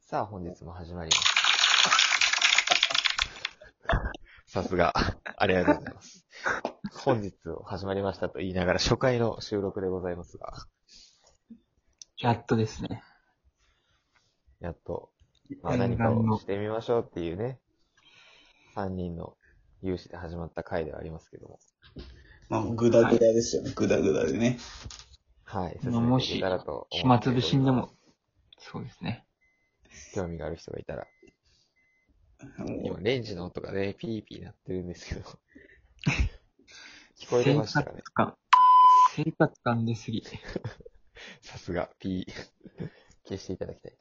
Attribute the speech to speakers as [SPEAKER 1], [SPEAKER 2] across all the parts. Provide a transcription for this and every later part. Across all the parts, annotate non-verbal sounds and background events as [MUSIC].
[SPEAKER 1] さあ、本日も始まります。 [LAUGHS] さすが。ありがとうございます。本日を始まりましたと言いながら、初回の収録でございますが、
[SPEAKER 2] やっとですね。
[SPEAKER 1] やっと、まあ何か
[SPEAKER 2] 念願
[SPEAKER 1] を
[SPEAKER 2] の
[SPEAKER 1] してみましょうっていうね、3人の有志で始まった回ではありますけども。
[SPEAKER 3] まあ、もうグダグダですよね。グダグダでね。
[SPEAKER 1] はい。
[SPEAKER 2] まあもし
[SPEAKER 1] 進めていけたらと思って
[SPEAKER 2] 暇つぶしんで
[SPEAKER 1] おり
[SPEAKER 2] も、そうですね。
[SPEAKER 1] ます。興味がある人がいたら。
[SPEAKER 3] も
[SPEAKER 1] 今、
[SPEAKER 3] う
[SPEAKER 1] レンジの音がね、ピーピー鳴ってるんですけ
[SPEAKER 2] [LAUGHS]
[SPEAKER 1] ど。聞こえてましたかね
[SPEAKER 2] 生活感。生活感出すぎ。
[SPEAKER 1] さすが、P、消していただきたいと。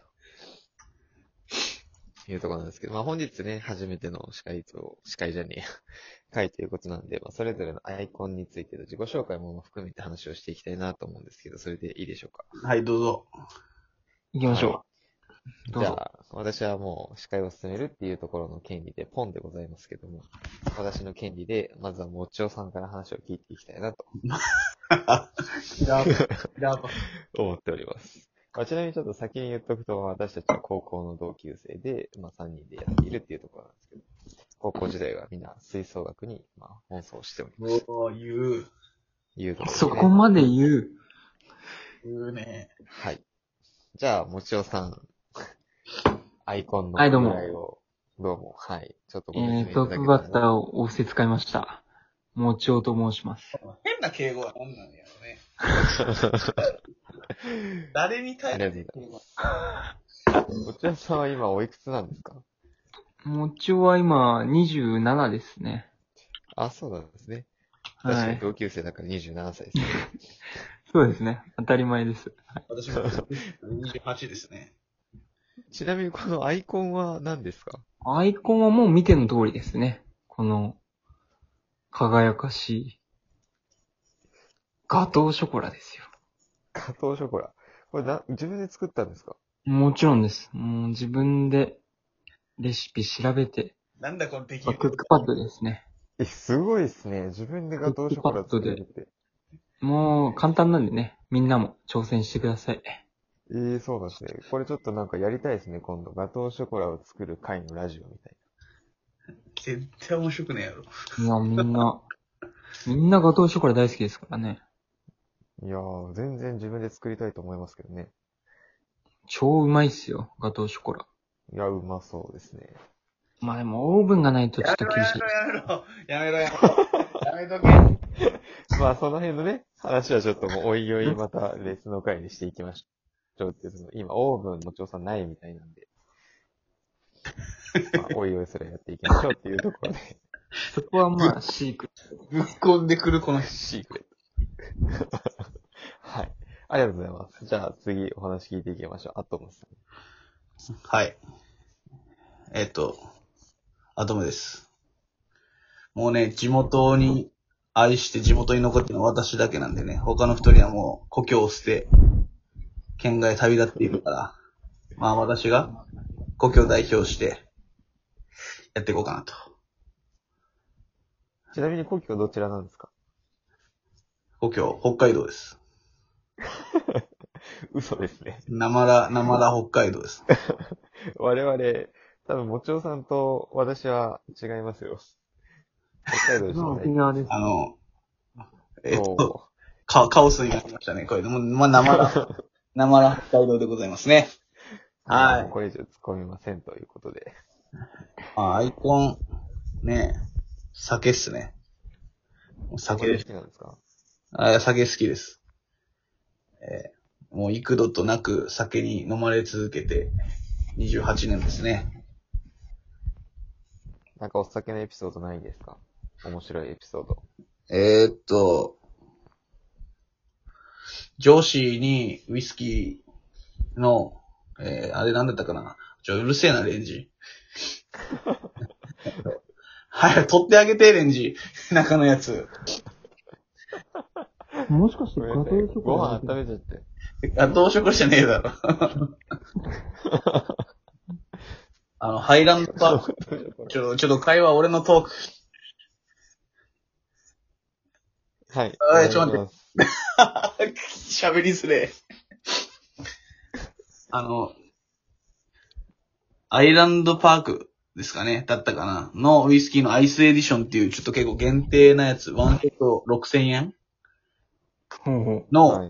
[SPEAKER 1] いうところなんですけど、まあ本日ね、初めての司会と、司会じゃねえや、会ということなんで、まあそれぞれのアイコンについての自己紹介も含めて話をしていきたいなと思うんですけど、それでいいでしょうか。
[SPEAKER 3] はい、どうぞ。
[SPEAKER 2] 行きましょう。どう
[SPEAKER 1] じゃ
[SPEAKER 2] ぞ。
[SPEAKER 1] あ、私はもう司会を進めるっていうところの権利で、ポンでございますけども、私の権利で、まずはもちおさんから話を聞いていきたいなと思っております。まあ、ちなみにちょっと先に言っとくと、私たちは高校の同級生で、まあ3人でやっているっていうところなんですけど、高校時代はみんな吹奏楽に、まあ、奔走しております。
[SPEAKER 3] おー、言う。
[SPEAKER 1] いうところです
[SPEAKER 2] そ
[SPEAKER 1] ね
[SPEAKER 2] こまで言う。
[SPEAKER 3] 言うね。
[SPEAKER 1] はい。じゃあ、もちおさん、 [LAUGHS] アイコンの
[SPEAKER 2] はいどうも
[SPEAKER 1] 由来を、どうも、はい。ちょっとご説明
[SPEAKER 2] え
[SPEAKER 1] い
[SPEAKER 2] ー、
[SPEAKER 1] た
[SPEAKER 2] ト
[SPEAKER 1] だけ
[SPEAKER 2] ッ
[SPEAKER 1] た
[SPEAKER 2] プ
[SPEAKER 1] ら
[SPEAKER 2] バ
[SPEAKER 1] な
[SPEAKER 2] ッターを仰せ使いました。もちおと申します。
[SPEAKER 3] 変な敬語は何なんやろね。 [LAUGHS] 誰に対して敬語
[SPEAKER 1] こちらさんは今おいくつなんですか
[SPEAKER 2] もちおは今27ですね。
[SPEAKER 1] あ、そうなんですね。確
[SPEAKER 2] は
[SPEAKER 1] かに
[SPEAKER 2] い。
[SPEAKER 1] 同級生だから27歳です
[SPEAKER 2] [LAUGHS]
[SPEAKER 1] ね。
[SPEAKER 2] そうですね。当たり前です。
[SPEAKER 3] 私も28ですね。
[SPEAKER 1] ちなみにこのアイコンは何ですか
[SPEAKER 2] アイコンはもう見ての通りですね。この、輝かしい、ガトーショコラですよ。
[SPEAKER 1] 加藤ショコラ。これな、自分で作ったんですか
[SPEAKER 2] もちろんです。もう自分でレシピ調べて、
[SPEAKER 3] なんだこの敵
[SPEAKER 2] まあクックパッドですね。
[SPEAKER 1] え、すごいですね。自分でガトーショコラ作れるって。
[SPEAKER 2] もう簡単なんでね、みんなも挑戦してください。
[SPEAKER 1] えー、そうなんですね。これちょっとなんかやりたいですね、今度。ガトーショコラを作る回のラジオみたい
[SPEAKER 3] 絶対面白くねえやろ。
[SPEAKER 2] いや、みんな、みんなガトーショコラ大好きですからね。
[SPEAKER 1] な。いやー、全然自分で作りたいと思いますけどね。
[SPEAKER 2] 超うまいっすよ、ガトーショコラ。
[SPEAKER 1] いや、うまそうですね。
[SPEAKER 2] まあでもオーブンがないとちょ
[SPEAKER 3] や
[SPEAKER 2] っと
[SPEAKER 3] めろ
[SPEAKER 2] 厳しい。
[SPEAKER 3] やめろやめろやめろやめろやめと
[SPEAKER 1] まあ、その辺のね、話はちょっともう、おいおい、また別の回にしていきましょうっていう、その、今、オーブンの調査ないみたいなんで、まあ、おいおい、それやっていきましょうっていうところで、
[SPEAKER 2] そこはまあ、飼育。
[SPEAKER 3] けぶっ込んでくるこの人。
[SPEAKER 1] シークレット。 [LAUGHS] はい。ありがとうございます。じゃあ、次、お話聞いていきましょう。アトムさん。
[SPEAKER 3] はい。えっ、と、アトムです。もうね、地元に愛して地元に残ってるのは私だけなんでね、他の二人はもう故郷を捨て、県外旅立っているから、まあ私が故郷を代表してやっていこうかなと。
[SPEAKER 1] ちなみに、故郷どちらなんですか
[SPEAKER 3] 故郷、北海道です。
[SPEAKER 1] 嘘ですね。
[SPEAKER 3] 生田、生田北海道です。
[SPEAKER 1] 我々、多分、もちおさんと私は違いますよ。北海道じゃない
[SPEAKER 2] 沖。縄です。
[SPEAKER 3] あの、えっと、
[SPEAKER 1] そ
[SPEAKER 3] カカオスになりましたね、これでも。まあ生田、生田北海道でございますね。
[SPEAKER 1] う。
[SPEAKER 3] はい
[SPEAKER 1] もうこれ以上突っ込みませんということで。
[SPEAKER 3] まあ、アイコン、ね酒っすね。もう
[SPEAKER 1] 酒
[SPEAKER 3] 酒で
[SPEAKER 1] 好
[SPEAKER 3] す。
[SPEAKER 1] きなんですか
[SPEAKER 3] あ酒好きです。えーもう幾度となく酒に飲まれ続けて、28年ですね。
[SPEAKER 1] なんかお酒のエピソードないですか面白いエピソード。
[SPEAKER 3] えーっと、上司にウイスキーの、えーあれなんだったかなちょ、うるせえな、レン [LAUGHS] ジ。はい、取ってあげて、レンジ。中のやつ。
[SPEAKER 2] もしかして
[SPEAKER 1] ご
[SPEAKER 2] ガ
[SPEAKER 1] め
[SPEAKER 2] ト
[SPEAKER 1] んなさい
[SPEAKER 2] ーシ
[SPEAKER 1] ご
[SPEAKER 2] ョコラ
[SPEAKER 1] 飯温めちゃって。
[SPEAKER 3] あ、同色じゃねえだろ。あの、ハイランドパーク。ちょ、ちょっと会話俺のトーク。
[SPEAKER 1] はい。
[SPEAKER 3] あーちょっと待
[SPEAKER 1] って。
[SPEAKER 3] [LAUGHS] 喋りづれえ。あの、アイランドパークですかね、だったかな、のウイスキーのアイスエディションっていうちょっと結構限定なやつ、ワンヘッド6000円
[SPEAKER 2] ほうほう。
[SPEAKER 3] の
[SPEAKER 1] はい。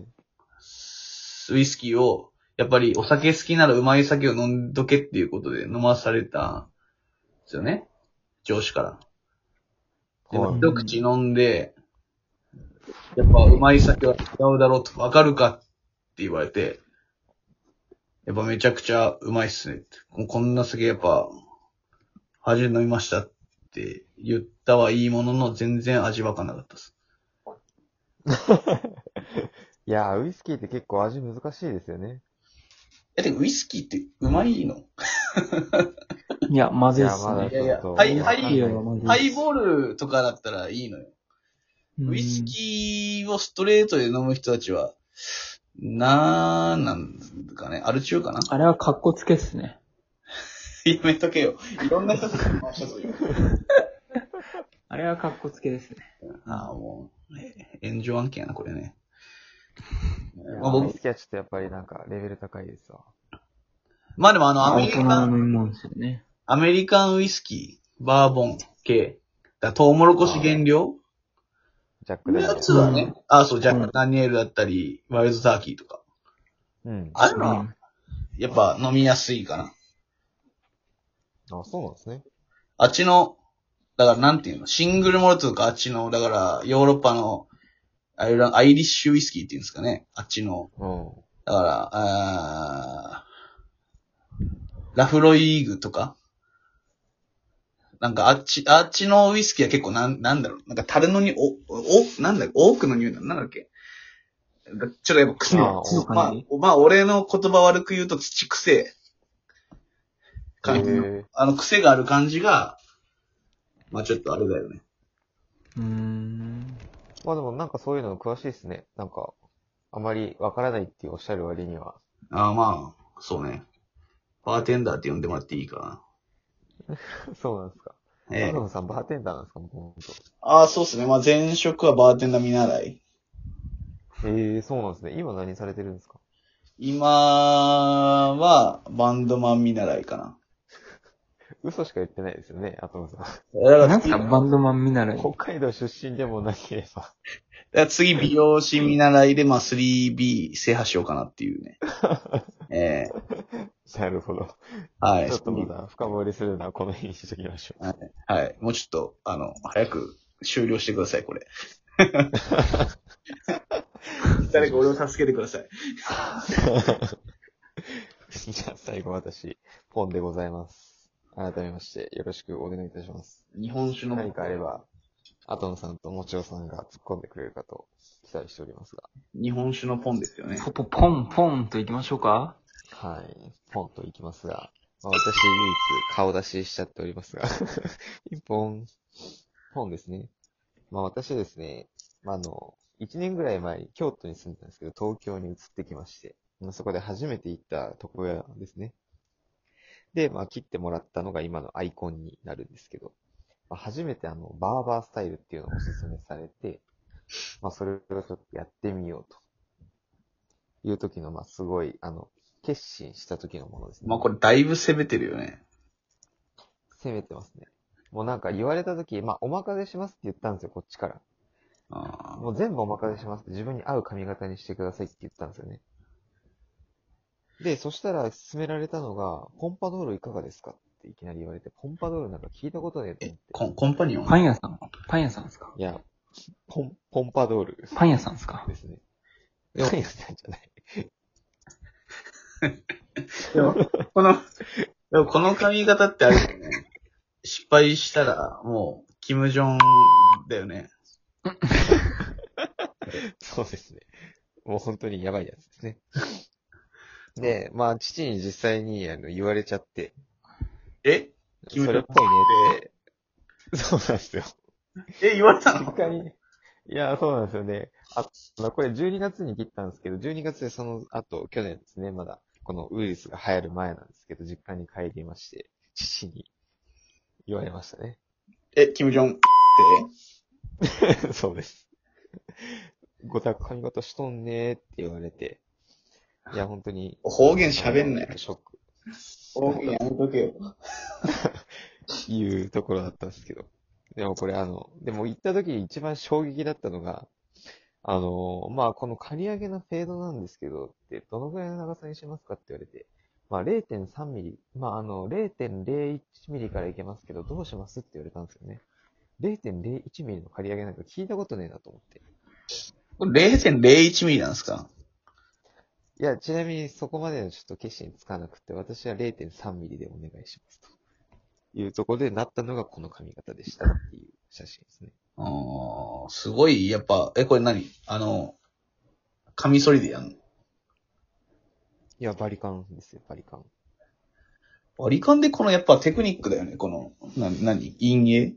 [SPEAKER 3] ウイスキーを、やっぱりお酒好きならうまい酒を飲んどけっていうことで飲まされたんですよね。上司から。で
[SPEAKER 1] は
[SPEAKER 3] も、
[SPEAKER 1] い
[SPEAKER 3] 一口飲んで、やっぱうまい酒は違うだろうと、わかるかって言われて、やっぱめちゃくちゃうまいっすねって。もうこんな酒やっぱ、初めて飲みましたって言ったはいいものの、全然味わかんなかったです。
[SPEAKER 1] いやー、ウイスキーって結構味難しいですよね。
[SPEAKER 3] え、でもウイスキーってうまいの
[SPEAKER 2] いや、まずいっす
[SPEAKER 1] いやまだ
[SPEAKER 2] ね。
[SPEAKER 3] いやいや
[SPEAKER 1] ちょっと
[SPEAKER 3] ハイ
[SPEAKER 1] わかんな
[SPEAKER 3] ハイ
[SPEAKER 2] よはまずい
[SPEAKER 3] ハイボールとかだったらいいのよ。ウイス
[SPEAKER 2] ー。
[SPEAKER 3] キーをストレートで飲む人たちは、なーなんかね、アル中かな [LAUGHS]
[SPEAKER 2] あれは格好つけっすね。
[SPEAKER 3] やめとけよ。いろんな人たちに回したぞ、
[SPEAKER 2] [LAUGHS]
[SPEAKER 3] 今。
[SPEAKER 2] あれは格好つけですね。
[SPEAKER 3] ああ、もう、え炎上案件やな、これね。
[SPEAKER 1] いや
[SPEAKER 3] まあ、
[SPEAKER 1] ーウイ
[SPEAKER 3] 僕、
[SPEAKER 1] スキーはちょっとやっぱりなんかレベル高いですわ。
[SPEAKER 3] まあでもあの、アメ
[SPEAKER 2] 大
[SPEAKER 3] リ
[SPEAKER 2] 人の
[SPEAKER 3] カン、
[SPEAKER 2] 飲み物ですよね。
[SPEAKER 3] アメリカンウイスキー、バーボン系、だトウモロコシ原料
[SPEAKER 1] ジャックダ
[SPEAKER 3] の
[SPEAKER 1] ニエ
[SPEAKER 3] や
[SPEAKER 1] ル
[SPEAKER 3] つは
[SPEAKER 2] う
[SPEAKER 3] ね
[SPEAKER 2] ん、
[SPEAKER 3] ああ、そう、ジャ
[SPEAKER 2] う
[SPEAKER 3] ッ
[SPEAKER 2] ん
[SPEAKER 3] ク・ダニエルだったり、ワイルドターキーとか。
[SPEAKER 1] うん。
[SPEAKER 3] ああいうの
[SPEAKER 2] う
[SPEAKER 3] は
[SPEAKER 2] ん、
[SPEAKER 3] やっぱ飲みやすいかな。
[SPEAKER 1] あ、そうなんですね。
[SPEAKER 3] あっちの、だからなんていうの、シングルモルトとかあっちの、だからヨーロッパのアイランアイリッシュウイスキーっていうんですかね。あっちの、
[SPEAKER 1] うん。
[SPEAKER 3] だから、あーラフロイーグとかなんかあっち、あっちのウイスキーは結構なん、なんだろう、なんか樽のに、お、お、なんだ多くの匂いなのなんだっけだちょっとやっぱ癖
[SPEAKER 1] あー
[SPEAKER 2] 強く
[SPEAKER 3] まあ
[SPEAKER 2] ない、
[SPEAKER 3] まあ俺の言葉悪く言うと土癖感じの、
[SPEAKER 1] へー
[SPEAKER 3] あの癖がある感じが、まあちょっとあれだよね。
[SPEAKER 2] うーん。
[SPEAKER 1] まあでもなんかそういうの詳しいですね。なんか、あまりわからないっておっしゃる割には。 [LAUGHS]
[SPEAKER 3] ああまあ、そうね。バーテンダーって呼んでもらっていいか
[SPEAKER 1] そうなんですか。
[SPEAKER 3] な。
[SPEAKER 1] え野さんバーテンダーなんですかもともと。
[SPEAKER 3] ああ、そうですね。まあ、前職はバーテンダー見習い。
[SPEAKER 1] ええそうなんですね。今何されてるんですか
[SPEAKER 3] 今は、バンドマン見習いかな。
[SPEAKER 1] 嘘しか言ってないですよね、アトムさん。
[SPEAKER 3] だ
[SPEAKER 2] な
[SPEAKER 3] から
[SPEAKER 2] ん
[SPEAKER 3] 次、
[SPEAKER 2] かバンドマン見習い。
[SPEAKER 1] 北海道出身でもなければ。
[SPEAKER 3] だから次美容師見習いで、まあ、3B 制覇しようかなっ
[SPEAKER 2] [LAUGHS]
[SPEAKER 3] ていうね。ええ
[SPEAKER 1] なるほど。
[SPEAKER 3] はい。
[SPEAKER 1] ちょっとまだ深掘りするのはこの辺にしときましょう。
[SPEAKER 3] はい。もうちょっと、あの、早く終了してください、
[SPEAKER 2] [LAUGHS]
[SPEAKER 3] これ。誰か俺を助けてください。
[SPEAKER 1] [LAUGHS] じゃあ最後私、ポンでございます。改めましてよろしくお願いいたします。
[SPEAKER 3] 日本酒の
[SPEAKER 1] 何かあれば、アトムさんともちおさんが突っ込んでくれるかと期待しておりますが。
[SPEAKER 3] 日本酒のポンですよね。
[SPEAKER 2] ポポポンポンと行きましょうか。
[SPEAKER 1] はい。ポンといきますが、まあ、私唯一顔出ししちゃっておりますが、 [LAUGHS] ピンポン。ポンですね。まあ私ですね、まああの、1年ぐらい前に京都に住んでたんですけど、東京に移ってきまして、まあ、そこで初めて行った床屋ですね。で、まあ切ってもらったのが今のアイコンになるんですけど、まあ、初めてあの、バーバースタイルっていうのをおすすめされて、まあそれをちょっとやってみようと。いう時の、まあすごい、あの、決心した時のものですね。
[SPEAKER 3] まあ、これだいぶ攻めてるよね。
[SPEAKER 1] 攻めてますね。もうなんか言われた時、まあお任せしますって言ったんですよ、こっちから。
[SPEAKER 3] あー
[SPEAKER 1] もう全部お任せしますって自分に合う髪型にしてくださいって言ったんですよね。で、そしたら勧められたのが、ポンパドールいかがですかっていきなり言われて、ポンパドールなんか聞いたことねえと
[SPEAKER 3] え
[SPEAKER 1] 思っ、
[SPEAKER 3] コンコンパニオン
[SPEAKER 2] パン屋さんパン屋さんですか
[SPEAKER 1] て。いや、ポン、ポンパドール
[SPEAKER 2] パン屋さんですか
[SPEAKER 1] ですね。いや、パン屋さんじゃない。
[SPEAKER 3] でも、 [LAUGHS] この、でもこの髪型ってあれだよね。失敗したら、もう、キム・ジョンだよね。
[SPEAKER 1] そうですね。もう本当にやばいやつですね。で、まあ、父に実際にあの言われちゃって、
[SPEAKER 3] え
[SPEAKER 1] そ
[SPEAKER 3] キムタク
[SPEAKER 1] れっぽいねって。そうなんですよ。
[SPEAKER 3] え、言われたの
[SPEAKER 1] 実家に。いや、そうなんですよね。ああの、これ12月に切ったんですけど、12月でその後、去年ですね、まだ、このウイルスが流行る前なんですけど、実家に帰りまして、父に言われましたね。
[SPEAKER 3] え、キム・ジョンっ
[SPEAKER 1] [LAUGHS]
[SPEAKER 3] て。
[SPEAKER 1] そうです。ごたく髪型しとんねーって言われて、いや、本当に、
[SPEAKER 3] 方言喋んな
[SPEAKER 1] あの
[SPEAKER 3] い。
[SPEAKER 1] ショック。
[SPEAKER 3] 大喜利やめとけよ。
[SPEAKER 1] いうところだったんですけど。でもこれあの、でも行った時に一番衝撃だったのが、あの、まあ、この刈り上げのフェードなんですけど、ってどのぐらいの長さにしますかって言われて、まあ、0.3ミリ、まあ、あの、0.01ミリからいけますけど、どうしますって言われたんですよね。0.01ミリの刈り上げなんか聞いたことねえなと思って。
[SPEAKER 3] これ0.01ミリなんですか
[SPEAKER 1] いや、ちなみにそこまでのちょっと決心つかなくて、私は0.3ミリでお願いしますと。いうところでなったのがこの髪型でしたっていう写真ですね。
[SPEAKER 3] あーすごい、やっぱ、え、これ何あの、カミソリでやんの
[SPEAKER 1] いや、バリカンですよ、バリカン。
[SPEAKER 3] 割り勘でこのやっぱテクニックだよね、この、な、何陰影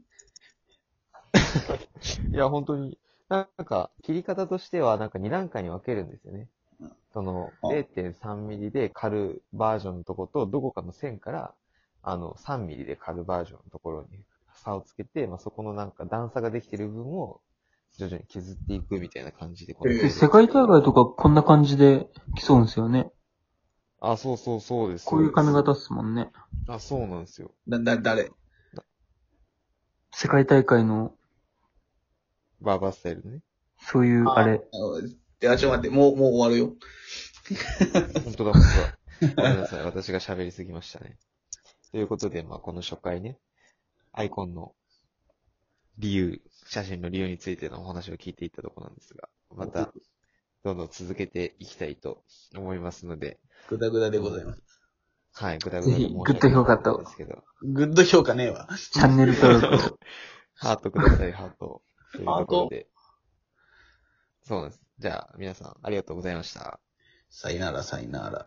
[SPEAKER 1] いや、本当に。なんか、切り方としては、なんか2段階に分けるんですよね
[SPEAKER 3] うん。
[SPEAKER 1] その、
[SPEAKER 3] あ
[SPEAKER 1] 0.3ミリで刈るバージョンのとこと、どこかの線から、あの、3ミリで刈るバージョンのところに差をつけて、まあ、そこのなんか段差ができてる部分を、徐々に削っていくみたいな感じで。この
[SPEAKER 3] えー
[SPEAKER 2] で世界大会とかこんな感じで競うんですよね。
[SPEAKER 1] あ、そうそうそうです。
[SPEAKER 2] こういう
[SPEAKER 1] そうで
[SPEAKER 2] 髪
[SPEAKER 1] す
[SPEAKER 2] 型っすもんね。
[SPEAKER 1] あ、そうなんですよ。
[SPEAKER 3] だ、だ、誰
[SPEAKER 2] 世界大会の、
[SPEAKER 1] バーバースタイルね。
[SPEAKER 2] そういう、あれ。
[SPEAKER 3] いや、ちょっと待って、もう、もう終わるよ。
[SPEAKER 1] 本当だ、本当だ。ごめんなさい、私が喋りすぎましたね。ということで、まあ、この初回ね、アイコンの理由、写真の理由についてのお話を聞いていったところなんですが、また、どんどん続けていきたいと思いますので、
[SPEAKER 3] ぐだぐだでございます。
[SPEAKER 1] はい、ぐだぐだで申し訳
[SPEAKER 2] ぜひグッド評価と
[SPEAKER 1] ないんですけど、
[SPEAKER 3] グッド評価ねえわ。
[SPEAKER 2] チャンネル登録。
[SPEAKER 1] ハートください、ハート。というところで。そうなんです。じゃあ、皆さん、ありがとうございました。
[SPEAKER 3] さいなら、さいなら。